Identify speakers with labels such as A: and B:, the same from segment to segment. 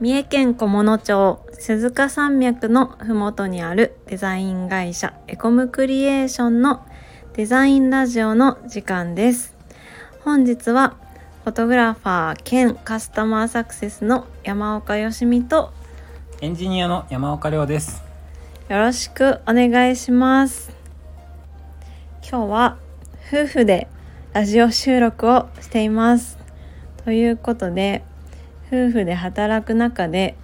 A: 三重県菰野町鈴鹿山脈のふもとにあるデザイン会社エコムクリエーションのデザインラジオの時間です本日はフォトグラファー兼カスタマーサクセスの山岡よしみと
B: エンジニアの山岡亮です。
A: よろしくお願いします今日は夫婦でラジオ収録をしていますということで夫婦で働く中で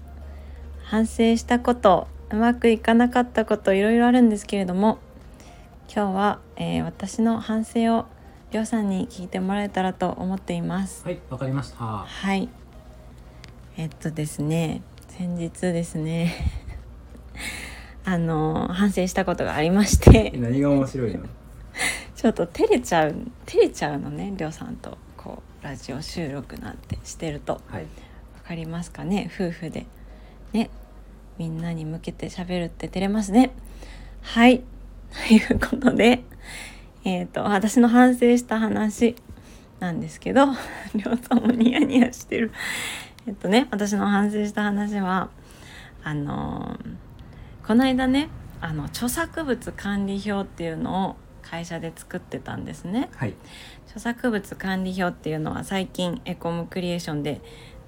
A: 反省したことうまくいかなかったこといろいろあるんですけれども今日は、えー私の反省をりょうさんに聞いてもらえたらと思っています
B: はい、わかりました。
A: はいえっとですね先日ですね あの反省したことがありまして
B: 何が面白いの？
A: ちょっと照れちゃう照れちゃうのねりょうさんとこうラジオ収録なんてしてるとわ
B: はい。
A: かりますかね夫婦でねみんなに向けて喋るって照れますねはい ということでえっ、と私の反省した話なんですけど りょうさんもニヤニヤしてるえっとね私の反省した話はあのーこの間ねあの著作物管理表っていうのを会社で作ってたんですね
B: はい。
A: 著作物管理表っていうのは最近エコムクリエーションで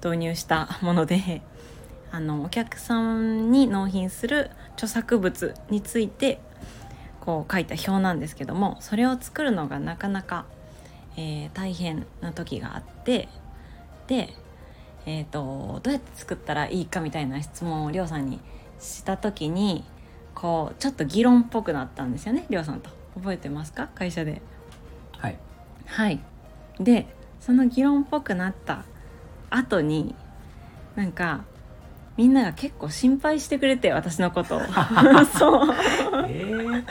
A: 導入したもので あのお客さんに納品する著作物についてこう書いた表なんですけどもそれを作るのがなかなか、えー大変な時があってで、えー、とどうやって作ったらいいかみたいな質問をりょうさんにした時にこうちょっと議論っぽくなったんですよねりょうさんと覚えてますか会社で。
B: はい。
A: はい、でその議論っぽくなった後になんかみんなが結構心配してくれて私の ことをそう
B: えー、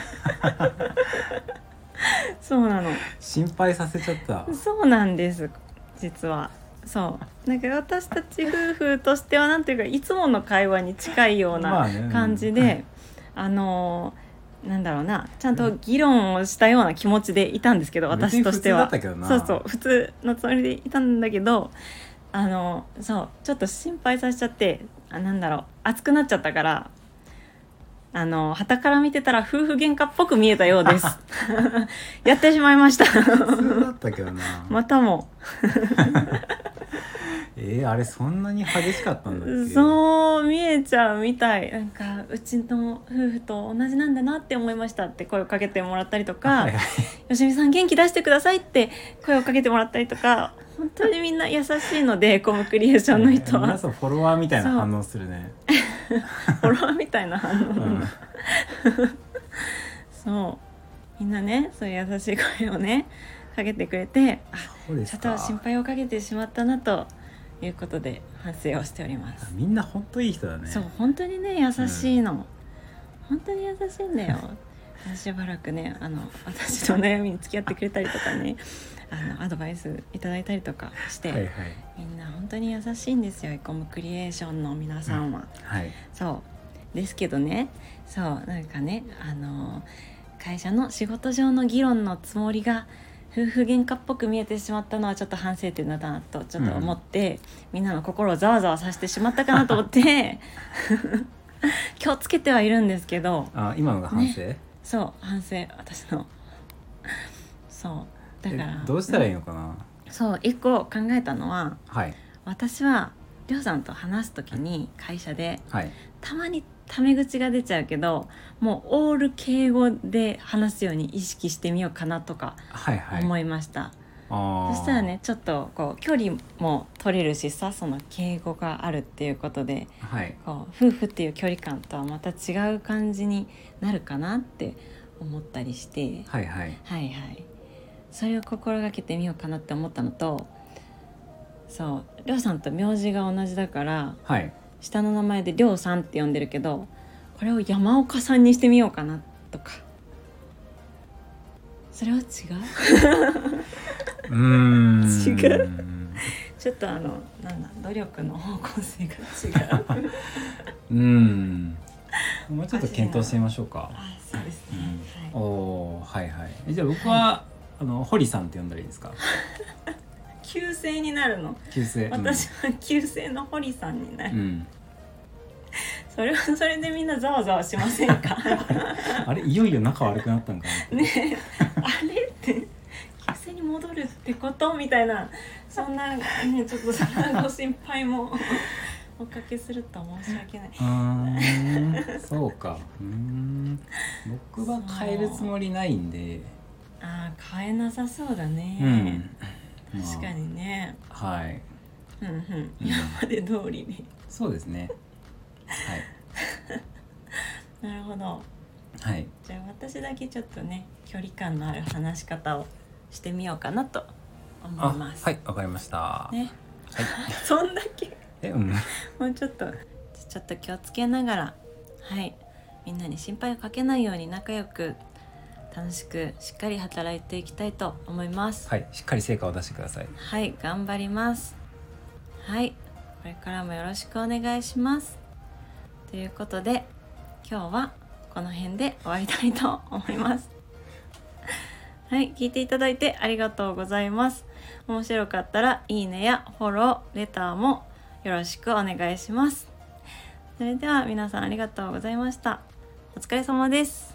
A: そうなの
B: 心配させちゃった。
A: そうなんです実はそうだけど私たち夫婦としてはなんていうかいつもの会話に近いよう
B: ま
A: な
B: あねうん
A: 感じで、あのーなんだろうなちゃんと議論をしたような気持ちでいたんですけど
B: 別
A: 私
B: に
A: としては
B: 普通だったけどな
A: そうそう普通のつもりでいたんだけどあのーそうちょっと心配させちゃってあなんだろう熱くなっちゃったからあのー傍から見てたら夫婦喧嘩っぽく見えたようです やってしまいました
B: 普通だったけどな。
A: またも
B: えー、あれそんなに激しかったんだっけ？う。
A: そう見えちゃうみたいなんかうちの夫婦と同じなんだなって思いましたって声をかけてもらったりとか、
B: はいはい。
A: よしみさん元気出してくださいって声をかけてもらったりとか本当にみんな優しいのでコムクリエーションの人
B: 皆
A: はフ
B: さんフォロワーみたいな反応するね。
A: ォロワーみたいな反応、
B: うん。
A: そうみんなねそういう優しい声をねかけてくれてあ
B: そうで
A: ちょ
B: す
A: っと
B: か。
A: 心配をかけてしまったなということで反省をしております。
B: みんな本当いい人だね。
A: そう本当にね優しいの、本当に優しいんだよしばらくねあの私の悩みに付き合ってくれたりとかね あのアドバイスいただいたりとかして、
B: はいはい
A: みんな本当に優しいんですよエコムクリエーションの皆さんは。
B: はい。
A: そうですけどねそうなんかねあの会社の仕事上の議論のつもりが夫婦喧嘩っぽく見えてしまったのはちょっと反省点だなとちょっと思って、みんなの心をざわざわさせてしまったかなと思って気をつけてはいるんですけど
B: あ、今のが反省？
A: そう反省私のそうだか
B: え
A: ら
B: どうしたらいい
A: ん
B: のかな。
A: そう一個考えたのは
B: はい
A: 私はりょうさんと話す時に会社で
B: はい。
A: たまにタメ口が出ちゃうけどもうオール敬語で話すように意識してみようかなとか
B: はいはい。
A: 思いました、
B: あー
A: そしたらねちょっとこう距離も取れるしさその敬語があるっていうことで
B: はい
A: こう夫婦っていう距離感とはまた違う感じになるかなって思ったりして
B: はいはい
A: はいはいそれを心がけてみようかなって思ったのとそうりょうさんと名字が同じだから
B: はい。
A: 下の名前でりょうさんって呼んでるけどこれを山岡さんにしてみようかなとかそれは違う
B: うーん。
A: 違う。 ちょっとあのなんだ努力の方向性が違 う
B: うん。もうちょっと検討してみましょうか。
A: あそうです
B: う
A: ね、
B: ん
A: はい
B: おお、はいはい。えじゃあ僕は、あの堀さんって呼んだらいいですか。
A: 旧姓になるの
B: 旧姓
A: 私は旧姓の堀さんにな
B: う
A: る、
B: ん、うん、
A: それはそれでみんなざわざわしません か
B: あれいよいよ仲悪くなったんかな、
A: ねえあれって旧姓に戻るってことみたいなそんな、ね、ちょっとそんなご心配もおかけすると申し訳ない
B: あーそうかうーん僕は変えるつもりないんで
A: あー変えなさそうだ
B: う
A: ね、
B: ん
A: 確か、にね、
B: まあはい、
A: うんうん
B: うん
A: 今まで通りに
B: そうですね
A: なるほど
B: はいはい
A: じゃあ私だけちょっとね距離感のある話し方をしてみようかなと思
B: あ
A: います。
B: はいわかりました、
A: ね、
B: はい
A: そんだけ
B: えうん
A: もうちょっとちょっと気をつけながらはいみんなに心配をかけないように仲良く楽しくしっかり働いていきたいと思います。
B: はいしっかり成果を出してください
A: はい、頑張ります。はい、これからもよろしくお願いします。ということで、今日はこの辺で終わりたいと思います。 はい、聞いていただいてありがとうございます。面白かったらいいねやフォロー、レターもよろしくお願いします。それでは皆さんありがとうございました。お疲れ様です。